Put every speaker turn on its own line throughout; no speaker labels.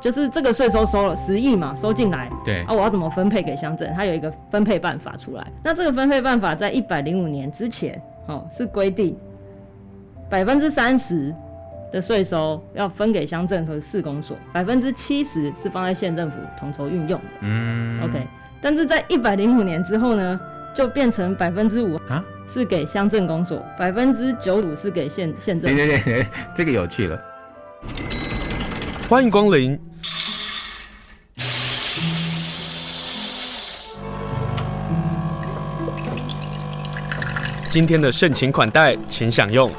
就是这个税收收了十亿嘛，收进来，
对
啊，我要怎么分配给乡镇？它有一个分配办法出来。那这个分配办法在一百零五年之前，哦，是规定百分之三十的税收要分给乡镇和市公所，百分之七十是放在县政府统筹运用的。
嗯
OK，但是在一百零五年之后呢，就变成百分之五
啊，
是给乡镇公所，百分之九五是给县县政
对
府。
对对对，这个有趣了。
欢迎光临，今天的盛情款待，请享用。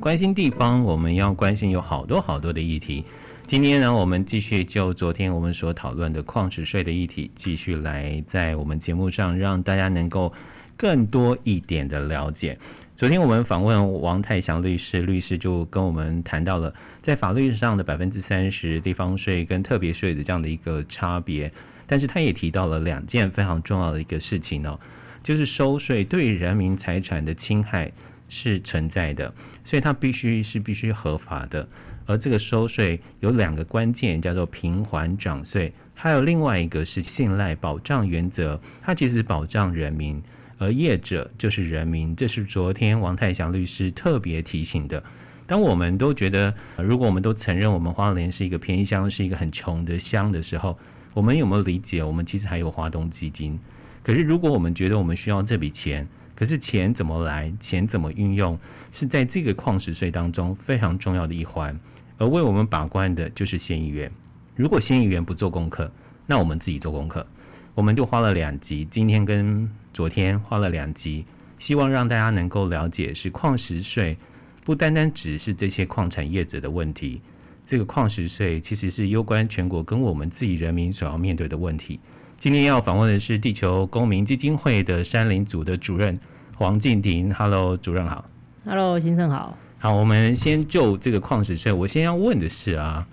关心地方，我们要关心有好多好多的议题。今天呢，我们继续就昨天我们所讨论的矿石税的议题，继续来在我们节目上让大家能够更多一点的了解。昨天我们访问王泰祥律师，律师就跟我们谈到了在法律上的百分之三十地方税跟特别税的这样的一个差别，但是他也提到了两件非常重要的一个事情哦，就是收税对人民财产的侵害是存在的，所以它必须是必须合法的。而这个收税有两个关键，叫做平缓涨税，还有另外一个是信赖保障原则，它其实保障人民，而业者就是人民，这是昨天王泰祥律师特别提醒的。当我们都觉得，呃如果我们都承认我们花莲是一个偏乡，是一个很穷的乡的时候，我们有没有理解，我们其实还有华东基金？可是如果我们觉得我们需要这笔钱，可是钱怎么来，钱怎么运用，是在这个矿石税当中非常重要的一环。而为我们把关的就是县议员。如果县议员不做功课，那我们自己做功课。我们就花了两集，今天跟昨天花了两集，希望让大家能够了解，是矿石税不单单只是这些矿产业者的问题，这个矿石税其实是攸关全国跟我们自己人民所要面对的问题。今天要访问的是地球公民基金会的山林组的主任黄静婷，Hello，主任好。
Hello，先生好。
好，我们先就这个矿石税，我先要问的是啊，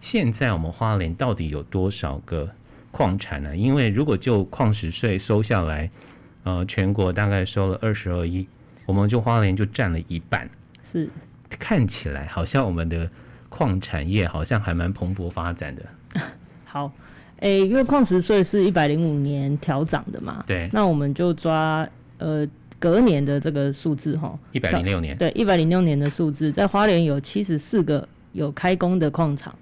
现在我们花莲到底有多少个矿产呢、因为如果就矿石税收下来，呃，全国大概收了二十二亿，我们就花莲就占了一半，
是，
看起来好像我们的矿产业好像还蛮蓬勃发展的。
好，诶、因为矿石税是一百零五年调涨的嘛，
对，
那我们就抓呃隔年的这个数字哈，
一百零六年，
对，一百零六年的数字，在花莲有七十四个有开工的矿场，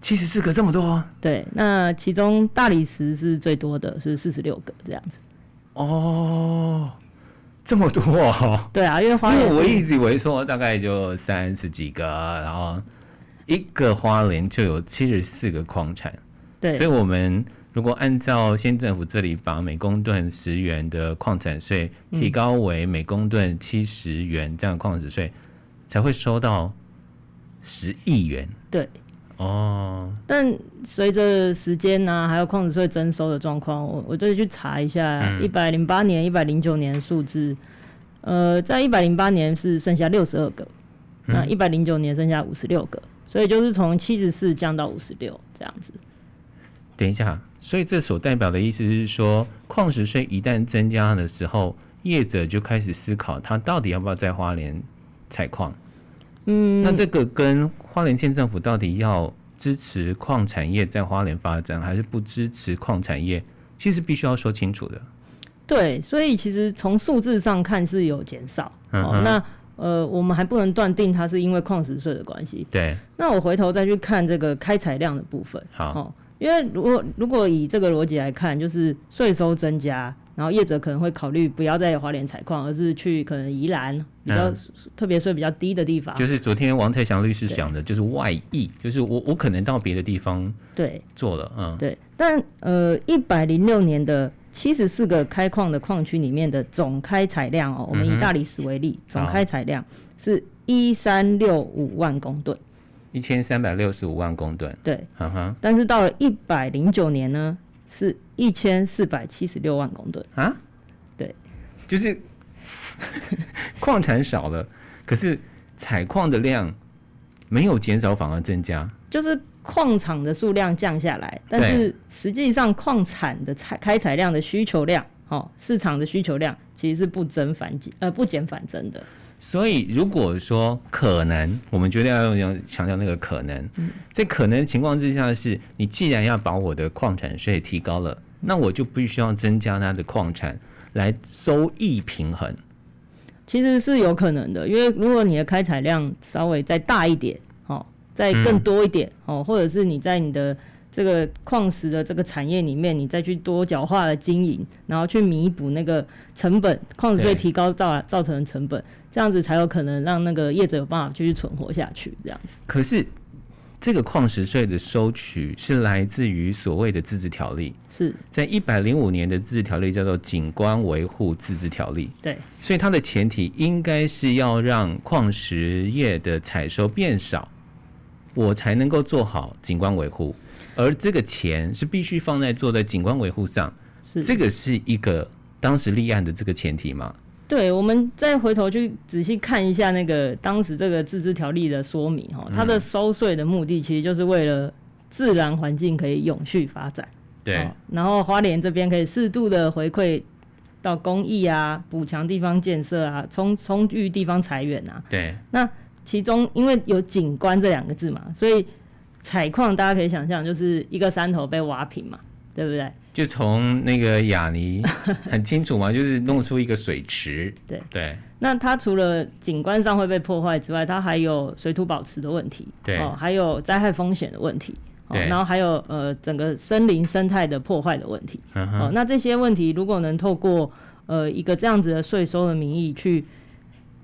七十四个这么多啊
对，那其中大理石是最多的，是四十六个这样子。
哦，这么多哦。
对啊，因为花
因
莲
为我
是
一直以为说大概就三十几个，然后一个花莲就有七十四个矿产，
对
所以我们如果按照县政府这里把每公吨十元的矿产税提高为每公吨七十元这样的矿产税，才会收到十亿元
对，
哦。
但随着时间呐、还有矿石税征收的状况，我我就去查一下
嗯
一百零八年、一百零九年的数字。呃，在一百零八年是剩下六十二个，
嗯
那一百零九年剩下五十六个，所以就是从七十四降到五十六这样子。
等一下，所以这所代表的意思是说，矿石税一旦增加的时候，业者就开始思考，他到底要不要在花莲采矿。嗯，那这个跟花莲县政府到底要支持矿产业在花莲发展，还是不支持矿产业，其实必须要说清楚的。
对，所以其实从数字上看是有减少。
嗯
哦
哼，
那呃，我们还不能断定它是因为矿石税的关系。
对，
那我回头再去看这个开采量的部分。
好，
哦，因为如果如果以这个逻辑来看，就是税收增加，然后业者可能会考虑不要在花莲采矿，而是去可能宜兰比较、
嗯
特别税比较低的地方。
就是昨天王泰祥律师讲的，就是外溢，就是我我可能到别的地方
对
做了，嗯，
对，但呃，一百零六年的七十四个开矿的矿区里面的总开采量哦，我们
嗯
以
哼
大理石为例，总
好
开采量是一三六五万公吨。
一千三百六十五万公吨，
对，
哈哈
但是到了一百零九年呢，是一千四百七十六万公吨。
啊，
对，
就是 矿产少了，可是采矿的量没有减少，反而增加。
就是矿场的数量降下来，但是实际上矿产的采开采量的需求量，哦，市场的需求量其实是不增反减，呃，不减反增的。
所以如果说可能，我们绝对要用强调那个可能，在可能的情况之下是，你既然要把我的矿产税提高了，那我就必须要增加它的矿产来收益平衡。
其实是有可能的，因为如果你的开采量稍微再大一点，哦，再更多一点，哦，或者是你在你的这个矿石的这个产业里面，你再去多角化的经营，然后去弥补那个成本，矿石税
对
提高造造成的成本，这样子才有可能让那个业者有办法继续存活下去，这样子。
可是这个矿石税的收取是来自于所谓的自治条例，
是
在一百零五年的自治条例叫做《景观维护自治条例》，
对，
所以它的前提应该是要让矿石业的采收变少，我才能够做好景观维护，而这个钱是必须放在做在景观维护上，
是
这个是一个当时立案的这个前提嘛？
对，我们再回头去仔细看一下那个当时这个自治条例的说明哈，
嗯
它的收税的目的其实就是为了自然环境可以永续发展，
对
哦，然后花莲这边可以适度的回馈到公益啊，补强地方建设啊，充充裕地方财源啊，
对，
其中因为有景观这两个字嘛，所以采矿大家可以想象就是一个山头被挖平嘛，对不对？
就从那个雅尼很清楚嘛，就是弄出一个水池，
对
对
那它除了景观上会被破坏之外，它还有水土保持的问题，
对
哦，还有灾害风险的问题，哦，
对
然后还有呃整个森林生态的破坏的问题，
嗯
哦，那这些问题如果能透过呃一个这样子的税收的名义去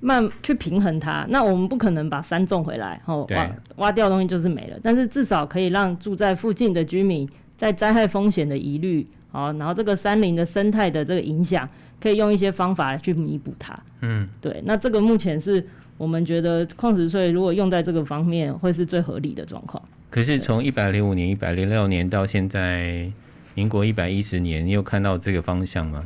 慢去平衡它，那我们不可能把山种回来，哦，
对
挖挖掉的东西就是没了，但是至少可以让住在附近的居民在灾害风险的疑虑，哦，然后这个山林的生态的这个影响，可以用一些方法来去弥补它。
嗯，
对，那这个目前是我们觉得矿石税如果用在这个方面，会是最合理的状况。
可是从一百零五年、一百零六年到现在，民国一百一十年，你有看到这个方向吗？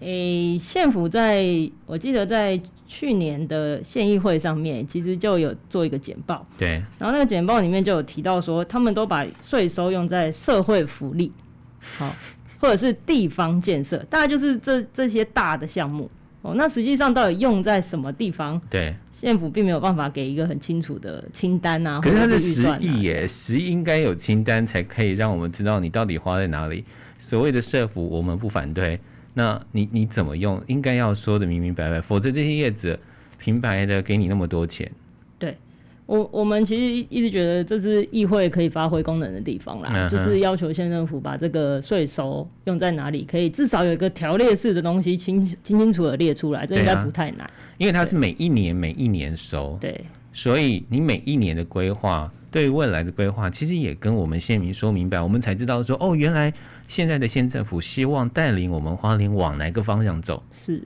诶、县府在我记得在去年的县议会上面，其实就有做一个简报，
对，
然后那个简报里面就有提到说，他们都把税收用在社会福利，好、 或者是地方建设，大概就是这这些大的项目。哦，那实际上到底用在什么地方？
对，
县府并没有办法给一个很清楚的清单啊，
可是它
或者
是
是预
十
算啊
亿耶，十亿应该有清单才可以让我们知道你到底花在哪里。所谓的社服，我们不反对。那你你怎么用，应该要说的明明白白，否则这些业者平白的给你那么多钱，
我我们其实一直觉得这是议会可以发挥功能的地方啦，
嗯哼
就是要求县政府把这个税收用在哪里，可以至少有一个条列式的东西清清清楚的列出来，这应该
对啊
不太难。
因为它是每一年每一年收，
对,、
所以你每一年的规划，对未来的规划，其实也跟我们县民说明白，我们才知道说，哦，原来现在的县政府希望带领我们花莲往哪个方向走，
是，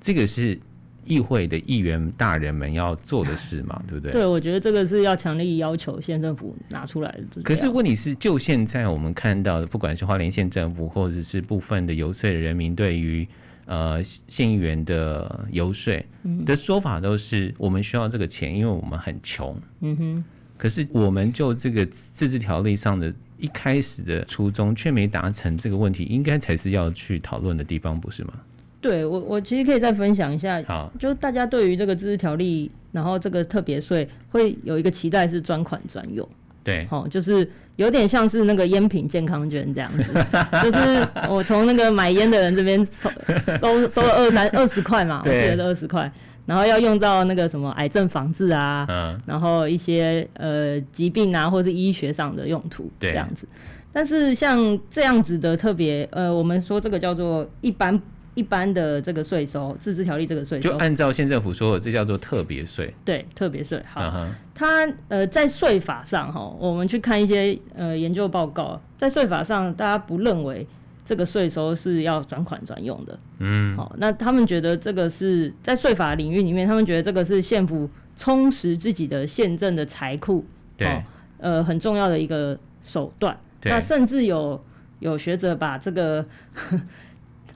这个是议会的议员大人们要做的事嘛，对不对？
对我觉得这个是要强力要求县政府拿出来的资料。
可是问题是，就现在我们看到的，不管是花莲县政府，或者是部分的游说人民对于呃县议员的游说
嗯
的说法，都是我们需要这个钱，因为我们很穷。
嗯哼，
可是我们就这个自治条例上的一开始的初衷，却没达成这个问题，应该才是要去讨论的地方，不是吗？
对我我其实可以再分享一下，
好，
就大家对于这个自治条例，然后这个特别税会有一个期待是专款专用。
对，
哦，就是有点像是那个烟品健康券这样 子，就是我从那个买烟的人这边收收收了二三二十块嘛，我
对
记得二十块，然后要用到那个什么癌症防治啊，
嗯，
然后一些呃疾病啊，或是医学上的用途
对
这样子。但是像这样子的特别，呃，我们说这个叫做一般一般的这个税收，自治条例这个税
就
收，
按照县政府说的，这叫做特别税。
对特别税，好，
嗯哼，
它呃在税法上哈，我们去看一些呃研究报告，在税法上大家不认为这个税收是要转款专用的，嗯，好、那他们觉得这个是在税法领域里面，他们觉得这个是县府充实自己的县政的财库，
对、
哦呃很重要的一个手段。
对
那甚至有有学者把这个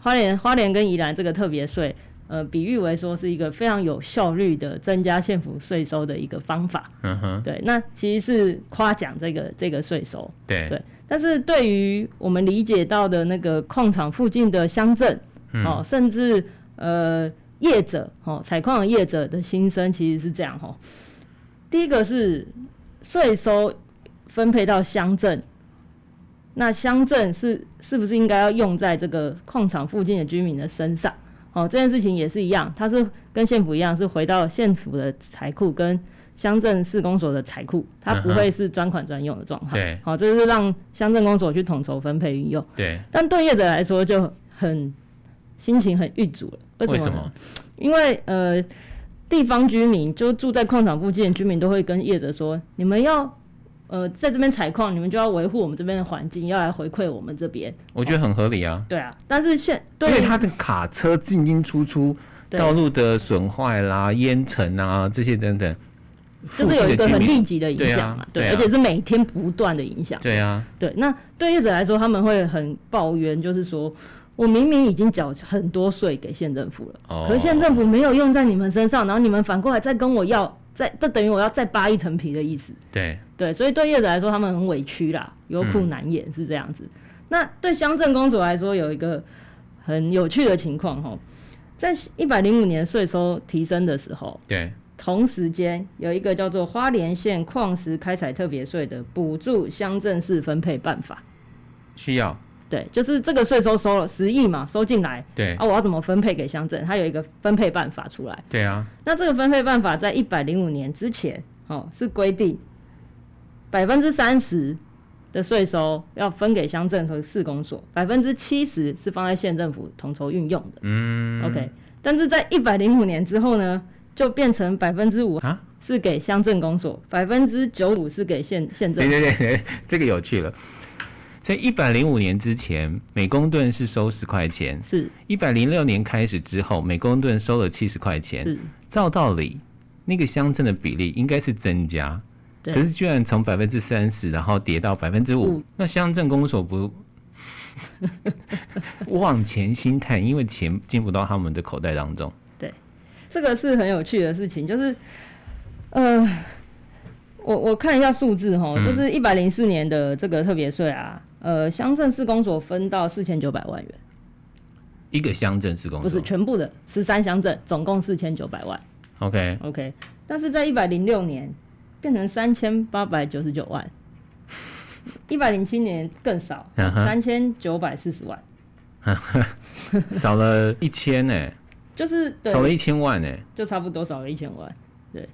花莲花莲跟宜兰这个特别税，呃，比喻为说是一个非常有效率的增加县府税收的一个方法。
嗯哼，
对，那其实是夸奖这个这个税收。
对
对但是对于我们理解到的那个矿场附近的乡镇，哦，甚至呃业者哦，采矿的业者的心声其实是这样哦。第一个是税收分配到乡镇，那乡镇是是不是应该要用在这个矿场附近的居民的身上？哦，这件事情也是一样，它是跟县府一样，是回到县府的财库跟乡镇市公所的财库，它不会是专款专用的状态。
对
好、这就是让乡镇公所去统筹分配运用。
对，
但对业者来说就很心情很郁卒了。为什
为
么呢？
什么？
因为呃，地方居民就住在矿场附近的居民都会跟业者说，你们要呃在这边采矿，你们就要维护我们这边的环境，要来回馈我们这边。
我觉得很合理啊，
对啊，但是现
因
对
为
于
它的卡车进进出出，
对
道路的损坏啦、烟尘啊这些等等，
就是有一个
附
很
近的居民
立即的影
对啊
响嘛，
对啊
而且是每天不断的影响。
对啊，
对，那对业者来说，他们会很抱怨，就是说我明明已经缴很多税给县政府了，
哦
可是县政府没有用在你们身上，然后你们反过来再跟我要，再这等于我要再扒一层皮的意思。
对，
对，所以对业者来说，他们很委屈啦，有苦难言是这样子。那对乡镇公所来说，有一个很有趣的情况吼，在一百零五年税收提升的时候，
对，
同时间有一个叫做《花莲县矿石开采特别税》的补助乡镇市分配办法。
需要，
对，就是这个税收收了十亿嘛，收进来
对
啊，，我要怎么分配给乡镇？它有一个分配办法出来。
对啊，
那这个分配办法在一百零五年之前，哦，是规定百分之三十的税收要分给乡镇和市公所，百分之七十是放在县政府统筹运用的。
嗯
OK，但是在一百零五年之后呢，就变成百分之五
啊，
是给乡镇公所，百分之九五是给县县
对
政府。
对对对，这个有趣了。在一百零五年之前，每公吨是收十块钱；
是
一百零六年开始之后，每公吨收了七十块钱。
是，
照道理，那个乡镇的比例应该是增加，
对
可是居然从百分之三十，然后跌到百分之五
五，
那乡镇公 所不望钱兴叹，因为钱进不到他们的口袋当中。
这个是很有趣的事情，就是，呃，我我看一下数字哈，
嗯
就是一百零四年的这个特别税啊，呃，乡镇市公所分到四千九百万元，
一个乡镇是公所，
不是全部的十三乡镇，总共四千九百万
OK，
，OK，但是在一百零六年变成三千八百九十九万，一百零七年更少，
嗯哼
三千九百四十万，
少了一千呢，
就是对
少，了一千万呢。欸
就差不多少了一千万，对，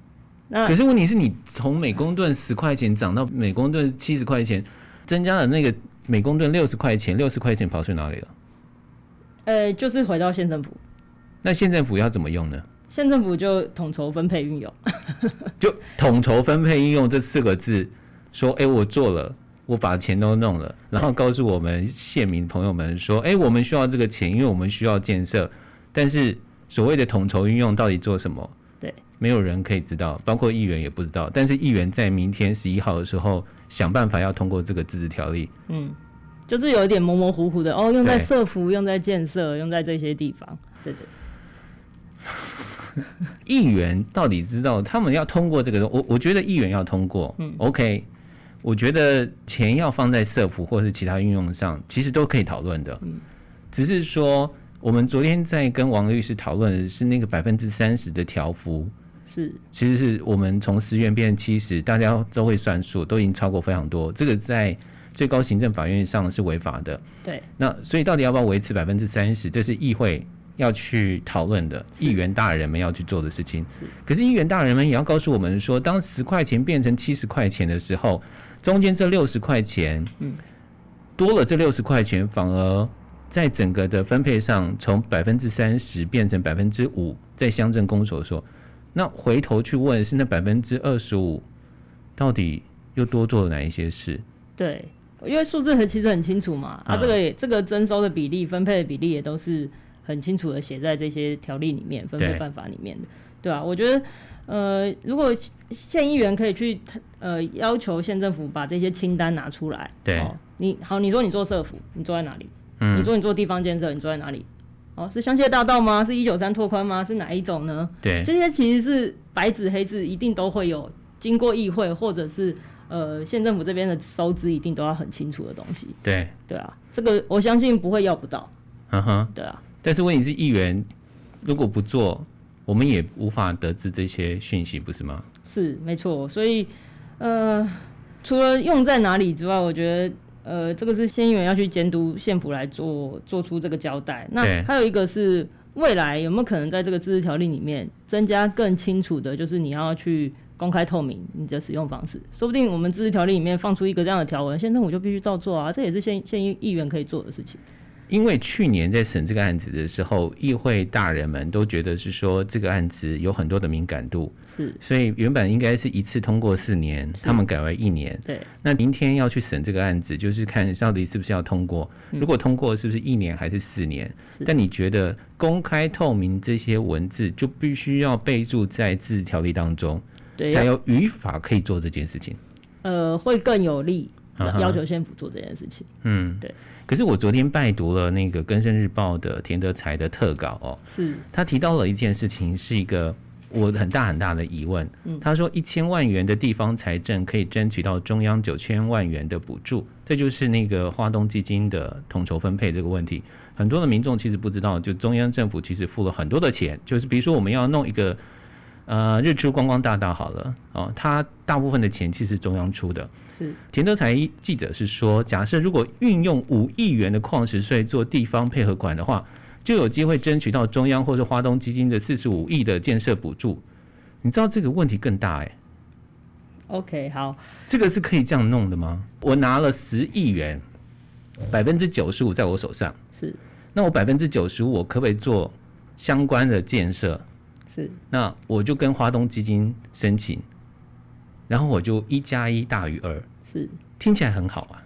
那
可是问题是你从每公吨十块钱涨到每公吨七十块钱，增加了那个每公吨六十块钱，六十块钱跑去哪里了？
呃，就是回到县政府。
那县政府要怎么用呢？
县政府就统筹分配运用，
就统筹分配应用这四个字，说，哎、我做了，我把钱都弄了，然后告诉我们县民朋友们说，哎、我们需要这个钱，因为我们需要建设，但是所谓的统筹运用到底做什么？
对，
没有人可以知道，包括议员也不知道。但是议员在明天十一号的时候想办法要通过这个自治条例，
嗯，就是有一点模模糊糊的哦，用在
对
社服，用在建设，用在这些地方，对对
议员到底知道他们要通过这个东？我我觉得议员要通过，嗯，OK，我觉得钱要放在社服或是其他运用上，其实都可以讨论的，嗯，只是说我们昨天在跟王律师讨论的是那个百分之三十的条幅，
是，
其实是我们从十元变七十，大家都会算数，都已经超过非常多，这个在最高行政法院上是违法的，
对
那所以到底要不要维持百分之三十，这是议会要去讨论的，议员大人们要去做的事情。可是议员大人们也要告诉我们说，当十块钱变成七十块钱的时候，中间这六十块钱，嗯，多了这六十块钱，反而在整个的分配上从百分之三十变成百分之五，在乡镇公所说，那回头去问是那百分之二十五到底又多做了哪一些事？
对，因为数字很其实很清楚嘛，啊，
嗯
这个也这个征收的比例、分配的比例也都是很清楚的写在这些条例里面、分配
对
办法里面的，对啊，我觉得，呃，如果县议员可以去呃要求县政府把这些清单拿出来，
对
哦、你好，你说你做社服，你坐在哪里？
嗯
你说你做地方建设，你坐在哪里？哦，是香榭大道吗？是一九三拓宽吗？是哪一种呢？
对
这些其实是白纸黑字，一定都会有经过议会或者是呃县政府这边的收支，一定都要很清楚的东西，
对，
对啊，这个我相信不会要不到，
嗯哼。
对啊，
但是问题是，议员如果不做，我们也无法得知这些讯息，不是吗？
是没错，所以呃，除了用在哪里之外，我觉得呃，这个是县议员要去监督县府来做做出这个交代。
对
那还有一个是未来有没有可能在这个自治条例里面增加更清楚的，就是你要去。公开透明你的使用方式，说不定我们自治条例里面放出一个这样的条文，县政府就必须照做啊，这也是县县议议员可以做的事情。
因为去年在审这个案子的时候，议会大人们都觉得是说这个案子有很多的敏感度，
是，
所以原本应该是一次通过四年，他们改为一年。
对，
那明天要去审这个案子，就是看到底是不是要通过。如果通过，是不是一年还是四年？
嗯是
但你觉得公开透明这些文字就必须要备注在自治条例当中，
对，
才有语法可以做这件事情。
呃，会更有力
啊哈
要求县府做这件事情。
嗯，
对。
可是我昨天拜读了那个《根生日报》的田德才的特稿哦，
是，
他提到了一件事情，是一个我很大很大的疑问。
嗯
他说一千万元的地方财政可以争取到中央九千万元的补助，这就是那个华东基金的统筹分配这个问题。很多的民众其实不知道，就中央政府其实付了很多的钱，就是比如说我们要弄一个。呃，日出光光大道好了哦，它大部分的钱其实中央出的。
是
田德才记者是说，假设如果运用五亿元的矿石税做地方配合款的话，就有机会争取到中央或是华东基金的四十五亿的建设补助。你知道这个问题更大哎、
OK，好，
这个是可以这样弄的吗？我拿了十亿元，百分之九十五在我手上，
是
那我百分之九十五我可不可以做相关的建设？
是
那我就跟华东基金申请，然后我就一加一大于二，
是，
听起来很好啊。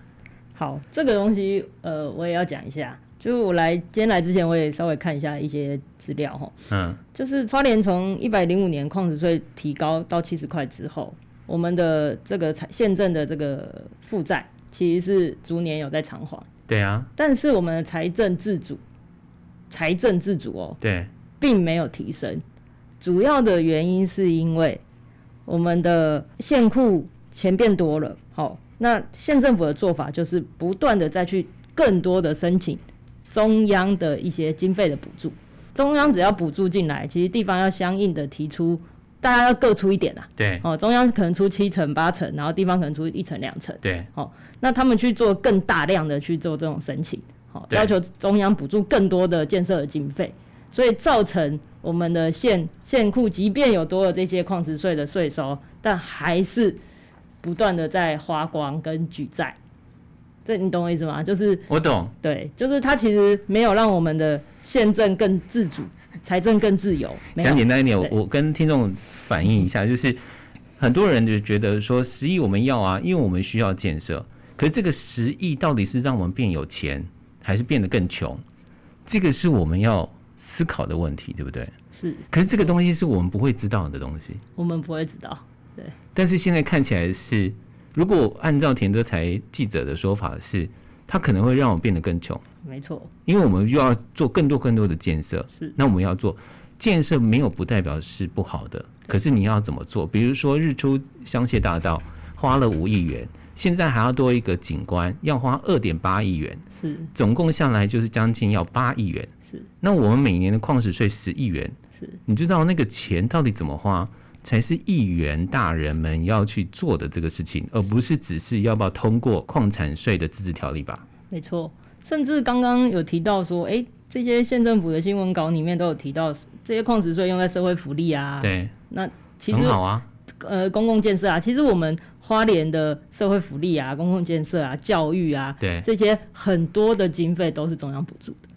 好，这个东西呃，我也要讲一下。就是我来今天来之前，我也稍微看一下一些资料哈。
嗯，
就是花莲从一百零五年矿石税提高到七十块之后，我们的这个财县政的这个负债其实是逐年有在偿还，
对啊，
但是我们的财政自主，财政自主哦，
对，
并没有提升，主要的原因是因为我们的县库钱变多了，好、那县政府的做法就是不断的再去更多的申请中央的一些经费的补助，中央只要补助进来，其实地方要相应的提出，大家要各出一点啊，
对，
哦，中央可能出七成八成，然后地方可能出一成两成。
对，
那他们去做更大量的去做这种申请，好、
对
要求中央补助更多的建设的经费，所以造成我们的县县库即便有多了这些矿石税的税收，但还是不断的在花光跟举债。这你懂我意思吗？就是
我懂。
对，就是它其实没有让我们的县政更自主，财政更自由，没有
讲简单一点，我
对
我跟听众反映一下，就是很多人就觉得说十亿我们要啊，因为我们需要建设。可是这个十亿到底是让我们变有钱，还是变得更穷？这个是我们要思考的问题，对不对？
是
可是这个东西是我们不会知道的东西。
我们不会知道。
但是现在看起来是，如果按照田德才记者的说法是，他可能会让我变得更穷。
没错，
因为我们又要做更多更多的建设，
是
那我们要做建设，没有不代表是不好的，可是你要怎么做？比如说日出香榭大道花了五亿元，现在还要多一个景观，要花二点八亿元，
是
总共下来就是将近要八亿元。
是，
那我们每年的矿石税十亿元，
是，
你知道那个钱到底怎么花？才是议员大人们要去做的这个事情，而不是只是要不要通过矿产税的自治条例吧？
没错，甚至刚刚有提到说，诶，这些县政府的新闻稿里面都有提到，这些矿石税用在社会福利啊，
对，
其实
很好啊。
呃公共建设啊，其实我们花莲的社会福利啊、公共建设啊、教育啊，
对
这些很多的经费都是中央补助的，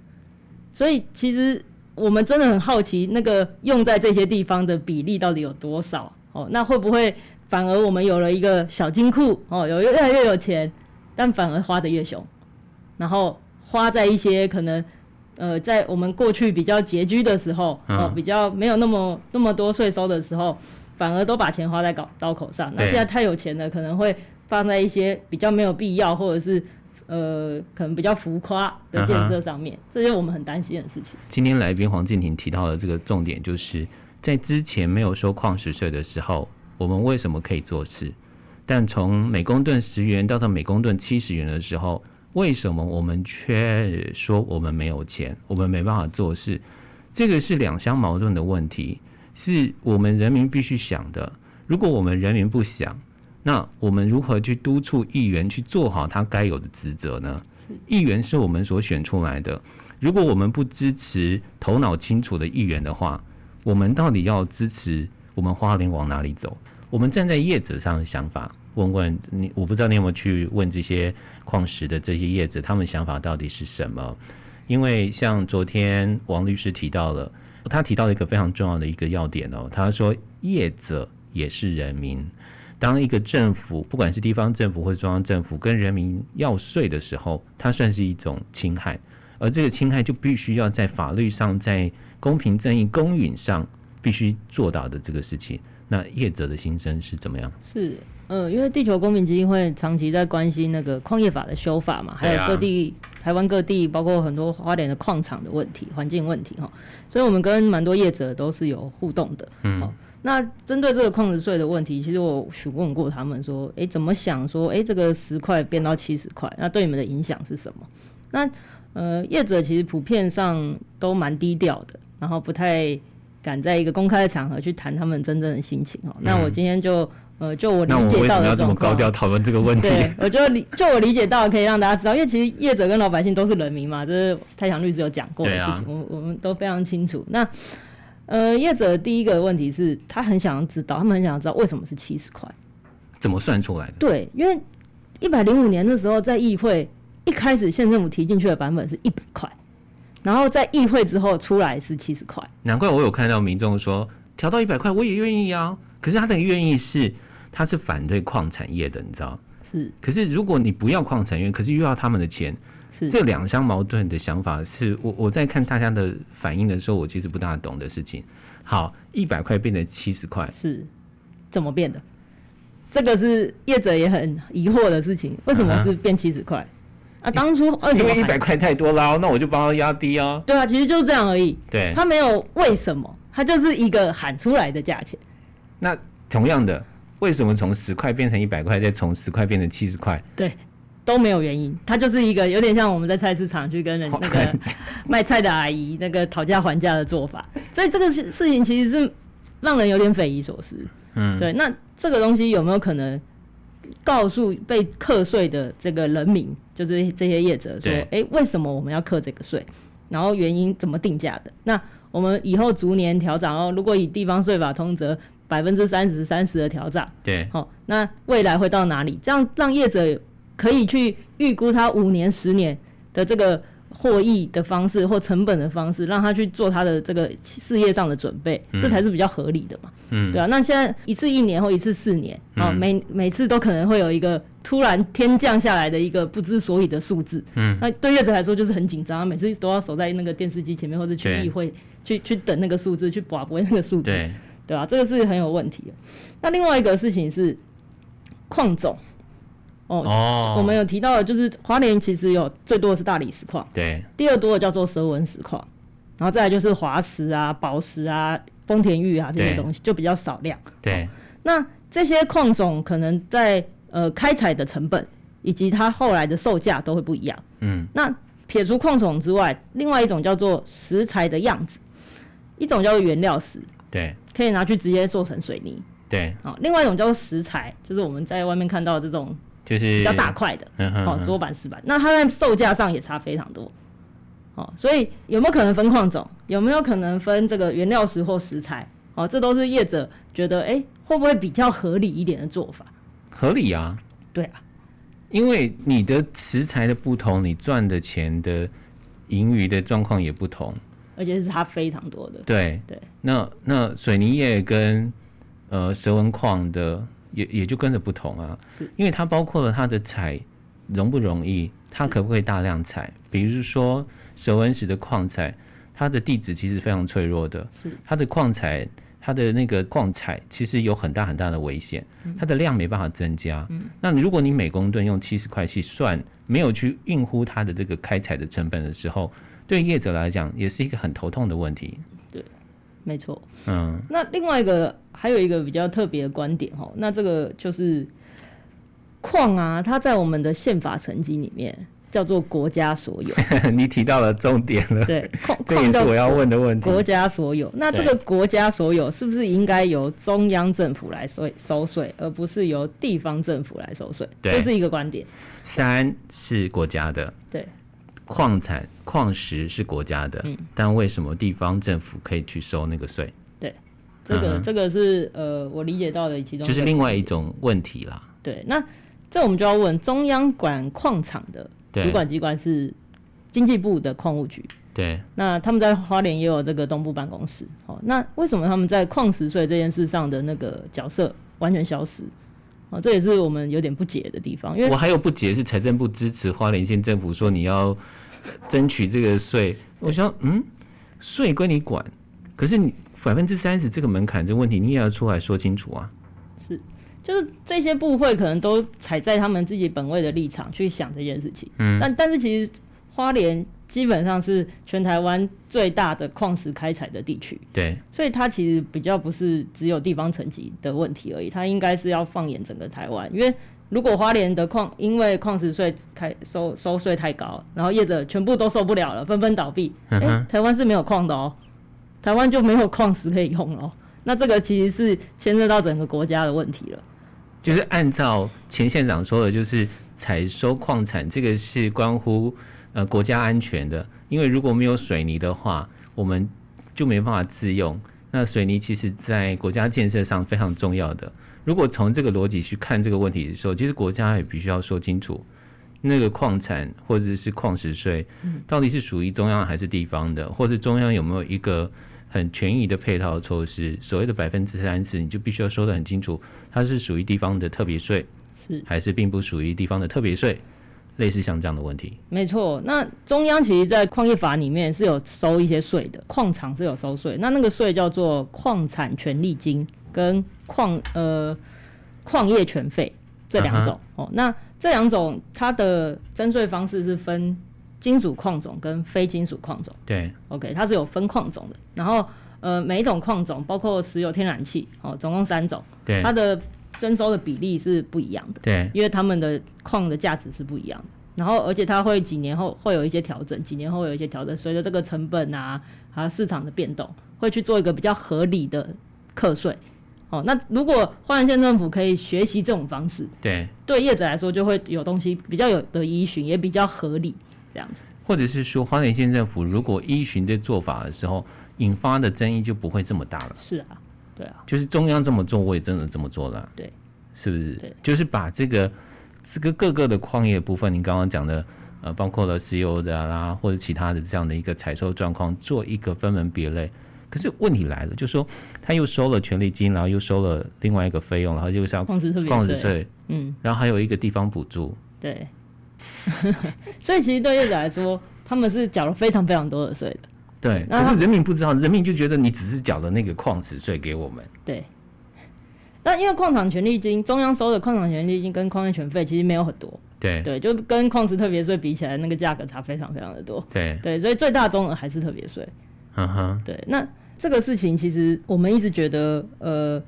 所以其实我们真的很好奇，那个用在这些地方的比例到底有多少？哦，那会不会反而我们有了一个小金库？哦，有越来越有钱，但反而花的越凶，然后花在一些可能。呃，在我们过去比较拮据的时候，哦，
嗯
比较没有那么那么多税收的时候，反而都把钱花在搞刀口上。那
对
现在太有钱了，可能会放在一些比较没有必要，或者是呃，可能比较浮夸的建设上 面，这些我们很担心的事情。
今天来宾黄敬婷提到的这个重点，就是在之前没有收矿石税的时候，我们为什么可以做事？但从每公吨十元到到每公吨七十元的时候，为什么我们却说我们没有钱，我们没办法做事？这个是两相矛盾的问题，是我们人民必须想的。如果我们人民不想，那我们如何去督促议员去做好他该有的职责呢？议员是我们所选出来的，如果我们不支持头脑清楚的议员的话，我们到底要支持我们花莲往哪里走？我们站在业者上的想法，问问你，我不知道你有没有去问这些矿石的这些业者，他们想法到底是什么？因为像昨天王律师提到了，他提到了一个非常重要的一个要点哦，他说业者也是人民。当一个政府，不管是地方政府或是中央政府，跟人民要税的时候，它算是一种侵害，而这个侵害就必须要在法律上、在公平正义、公允上必须做到的这个事情。那业者的心声是怎么样？
是，呃，因为地球公民基金会长期在关心那个矿业法的修法嘛，还
对啊
有各地、台湾各地，包括很多花莲的矿场的问题、环境问题哈，所以我们跟蛮多业者都是有互动的。嗯、那针对这个矿石税的问题，其实我询问过他们说，诶，怎么想说，诶，这个十块变到七十块，那对你们的影响是什么？那呃，业者其实普遍上都蛮低调的，然后不太敢在一个公开的场合去谈他们真正的心情哦。那我今天就呃，就我理
嗯那我们为
解
什
到
么要
的
这么
状
高
况，
调讨论这个 问题？
对，我就理就我理解到可以让大家知道，因为其实业者跟老百姓都是人民嘛，这是太强律师有讲过的
对
事
啊
情，我们我们都非常清楚。那呃，业者第一个问题是他很想要知道，他们很想要知道为什么是七十块。
怎么算出来的？
对，因为一百零五年的时候，在议会一开始县政府提进去的版本是一百块，然后在议会之后出来是七十块。
难怪我有看到民众说调到一百块我也愿意啊，可是他的愿意是他是反对矿产业的，你知道？
是
可是如果你不要矿产业，可是又要他们的钱，
是，
这两相矛盾的想法是我我在看大家的反应的时候，我其实不大懂的事情。好，一百块变成七十块，
是怎么变的？这个是业者也很疑惑的事情，为什么是变七十块？啊，当初为什
因
么
为一
还
百块太多啦，那我就帮他压低哦。
对啊，其实就是这样而已。
对，
他没有为什么，他就是一个喊出来的价钱。
那同样的，为什么从十块变成一百块，再从十块变成七十块？
对，都没有原因，它就是一个有点像我们在菜市场去跟
哦
人嗯那
哎
个卖菜的阿姨那个讨价还价的做法，所以这个事事情其实是让人有点匪夷所思。
嗯，
对，那这个东西有没有可能告诉被课税的这个人民，就是这些业者说
对，
诶，为什么我们要课这个税？然后原因怎么定价的？那我们以后逐年调涨哦，如果以地方税法通则百分之三十、三十的调涨，
对，
好、那未来会到哪里？这样让业者可以去预估他五年、十年的这个获益的方式或成本的方式，让他去做他的这个事业上的准备，这才是比较合理的嘛。
嗯
对啊。那现在一次一年或一次四年，啊、
嗯
每每次都可能会有一个突然天降下来的一个不知所以的数字，
嗯，
那对业者来说就是很紧张，他每次都要守在那个电视机前面或者去
对
议会去去等那个数字，去把不那个数字，
对，
对啊吧、这个是很有问题的。那另外一个事情是矿种，哦，
哦，
我们有提到的就是华联其实有最多的是大理石矿，
对
第二多的叫做蛇纹石矿，然后再来就是滑石啊、宝石啊、丰田玉啊这些
对
东西就比较少量。
对
那这些矿种可能在呃开采的成本以及它后来的售价都会不一样。
嗯，
那撇除矿种之外，另外一种叫做石材的样子，一种叫做原料石，
对
可以拿去直接做成水泥。
对，
好，另外一种叫做石材，就是我们在外面看到的这种
就是
比
比
较大，块的，
嗯哼
哦，
哼
桌板、石板，那它在售价上也差非常多。哦，所以有没有可能分矿种？有没有可能分这个原料石或石材？哦，这都是业者觉得，哎、会不会比较合理一点的做法？
合理啊，
对啊，
因为你的食材的不同，你赚的钱的盈余的状况也不同。
而且是差非常多的。
对
对，
那那水泥业跟呃蛇纹矿的也也就跟着不同啊，因为它包括了它的采容不容易，它可不可以大量采，比如说蛇纹石的矿采，它的地质其实非常脆弱的
是，
它的矿采。它的那个矿采其实有很大很大的危险，
嗯
它的量没办法增加。那如果你每公吨用七十块去算，没有去运乎它的这个开采的成本的时候，对业者来讲也是一个很头痛的问题。
没错。
嗯，
那另外一个还有一个比较特别的观点哦，那这个就是矿啊，它在我们的宪法层级里面，叫做国家所有。
你提到了重点 了，
对，矿
这也
矿叫
是我要问的问题。
国家所有。那这个国家所有是不是应该由中央政府来收收税，而不是由地方政府来收税？
对
这是一个观点。
山是国家的，
对，
矿产矿石是国家的，
嗯
但为什么地方政府可以去收那个税？
这个、
嗯哼
这个是呃，我理解到的其中
就是
个
另外一种问题啦。
对。那这我们就要问中央管矿场的
对
主管机关是经济部的矿务局。
对，
那他们在花莲也有这个东部办公室，哦，那为什么他们在矿石税这件事上的那个角色完全消失？哦，这也是我们有点不解的地方，因为
我还有不解是财政部支持花莲县政府说你要争取这个税，我想嗯，税归你管，可是你百分之三十这个门槛这个问题你也要出来说清楚啊。
就是这些部会可能都踩在他们自己本位的立场去想这件事情，
嗯
但但是其实花莲基本上是全台湾最大的矿石开采的地区，
对，
所以它其实比较不是只有地方层级的问题而已，它应该是要放眼整个台湾。因为如果花莲的矿因为矿石税开收收税太高，然后业者全部都受不了了，纷纷倒闭，哎、
嗯哼
台湾是没有矿的哦，台湾就没有矿石可以用了哦。那这个其实是牵涉到整个国家的问题了。
就是按照前县长说的，就是采收矿产这个是关乎呃国家安全的，因为如果没有水泥的话，我们就没办法自用。那水泥其实在国家建设上非常重要的。如果从这个逻辑去看这个问题的时候，其实国家也必须要说清楚，那个矿产或者是矿石税到底是属于中央还是地方的，或者中央有没有一个很权益的配套措施？所谓的百分之三十，你就必须要说得很清楚，它是属于地方的特别税，
是
还是并不属于地方的特别税？类似像这样的问题，
没错，那中央其实，在矿业法里面是有收一些税的，矿场是有收税，那那个税叫做矿产权利金跟矿呃矿业权费这两种、哦。那这两种它的征税方式是分金属矿种跟非金属矿种
对，
，OK，它是有分矿种的。然后呃，每一种矿种包括石油、天然气哦，总共三种，
对
它，的征收的比例是不一样的。
对，
因为他们的矿的价值是不一样的。然后，而且它会几年后会有一些调整，几年后会有一些调整，随着这个成本啊，还有市场的变动，会去做一个比较合理的课税。哦，那如果花莲县政府可以学习这种方式，
对，
对业者来说就会有东西比较有的依循，也比较合理，这样子。
或者是说，花莲县政府如果依循这做法的时候，引发的争议就不会这么大了。
是啊，对啊，
就是中央这么做，我也真的这么做了。啊
对，
是不是
对？
就是把这个这个各个的矿业部分，你刚刚讲的，呃，包括了石油的啦，或者其他的这样的一个采收状况，做一个分门别类。可是问题来了，就是说他又收了权利金，然后又收了另外一个费用，然后又是要
矿石特别
矿石
税，
税，
嗯，
然后还有一个地方补助。
对。 所以其实对业者来说，他们是缴了非常非常多的税的。
对，
然
可
后
是人民不知道，人民就觉得你只是缴了那个矿石税给我们。
对。那因为矿场权利金，中央收的矿场权利金跟矿业权费其实没有很多，
对
对，就跟矿石特别税比起来，那个价格差非常非常的多，
对，
对，所以最大宗额还是特别税，
嗯哼，
对。那这个事情其实我们一直觉得，呃，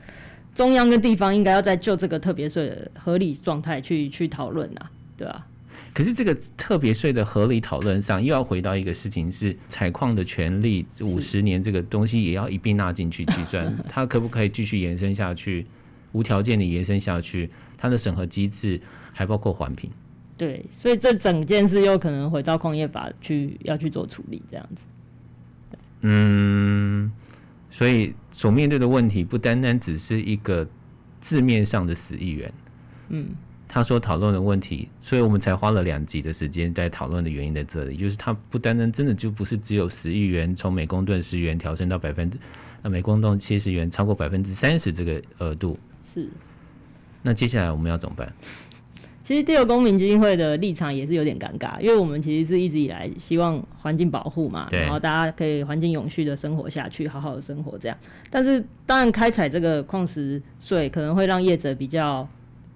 中央跟地方应该要在就这个特别税的合理状态去去讨论啊，对啊，
可是这个特别税的合理讨论上，又要回到一个事情是采矿的权利五十年这个东西也要一并纳进去计算，它可不可以继续延伸下去，无条件的延伸下去，它的审核机制还包括环评。
对，所以这整件事又可能回到矿业法去要去做处理这样子，
嗯，所以所面对的问题不单单只是一个字面上的死议员，
嗯，
他所讨论的问题，所以我们才花了两集的时间在讨论的原因在这里，就是他不单单真的就不是只有十亿元从每公吨十元调升到百分之呃每公吨七十元，超过百分之三十这个额度。
是。
那接下来我们要怎么办？
其实第六公民基金会的立场也是有点尴尬，因为我们其实是一直以来希望环境保护嘛，
对
然后大家可以环境永续的生活下去，好好的生活这样。但是当然开采这个矿石税可能会让业者比较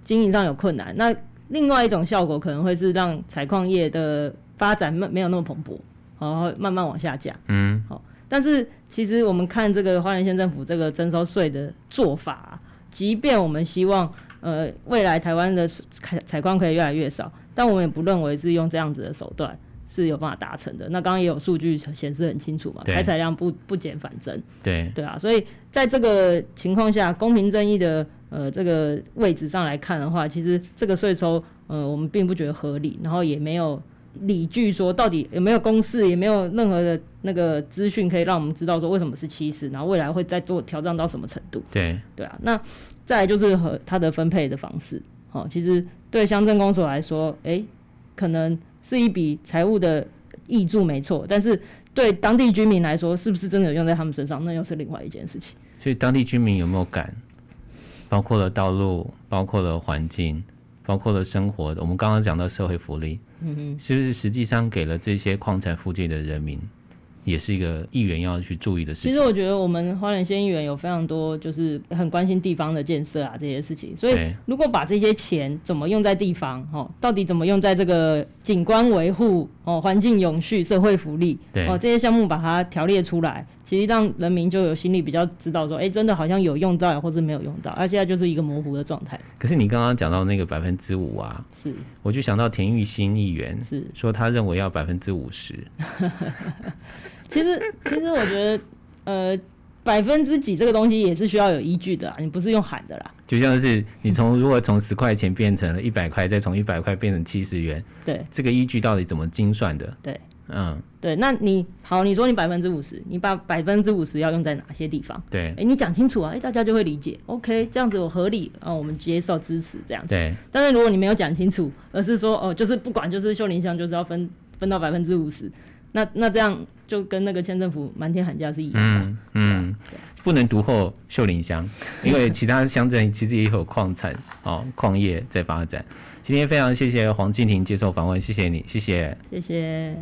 经营上有困难，那另外一种效果可能会是让采矿业的发展没没有那么蓬勃，然后慢慢往下降。
嗯，
但是其实我们看这个花莲县政府这个征收税的做法啊、即便我们希望呃未来台湾的采采矿可以越来越少，但我们也不认为是用这样子的手段是有办法达成的。那刚刚也有数据显示很清楚嘛，
对
开采量不不减反增，
对，
对啊，所以在这个情况下，公平正义的呃这个位置上来看的话，其实这个税收呃我们并不觉得合理，然后也没有理据说到底有没有公示，也没有任何的那个资讯可以让我们知道说为什么是七十，然后未来会再做调整到什么程度，
对，
对啊。那再来就是和它的分配的方式，好、其实对乡镇公所来说，诶、可能是一笔财务的益助没错，但是。对当地居民来说，是不是真的有用在他们身上，那又是另外一件事情。
所以当地居民有没有感？包括了道路，包括了环境，包括了生活。我们刚刚讲到社会福利，嗯是不是实际上给了这些矿产附近的人民，也是一个议员要去注意的事
其
情？
实我觉得我们花莲县议员有非常多就是很关心地方的建设啊这些事情，所以
对
如果把这些钱怎么用在地方，哦，到底怎么用在这个景观维护、哦环境永续、社会福利，
对
哦这些项目把它条列出来，其实让人民就有心里比较知道说，哎、真的好像有用到或是没有用到，而、现在就是一个模糊的状态，
可是你刚刚讲到那个百分之五啊，
是
我就想到田玉新议员
是。
说他认为要百分之五十，
其实，其实我觉得，呃，百分之几这个东西也是需要有依据的啊，你不是用喊的啦。
就像是你从如果从十块钱变成了一百块，再从一百块变成七十元，
对
这个依据到底怎么精算的？
对
嗯，
对，那你好，你说你百分之五十，你把百分之五十要用在哪些地方？
对
哎，你讲清楚啊，哎，大家就会理解。OK，这样子我合理啊、我们接受支持这样子。
对
但是如果你没有讲清楚，而是说哦，就是不管，就是秀林乡就是要分分到百分之五十，那那这样就跟那个县政府瞒天喊价是一样的啊。
嗯嗯，不能独后秀林乡，因为其他乡镇其实也有矿产哦，矿业在发展。今天非常谢谢黄静婷接受访问，谢谢你，谢谢。
谢谢。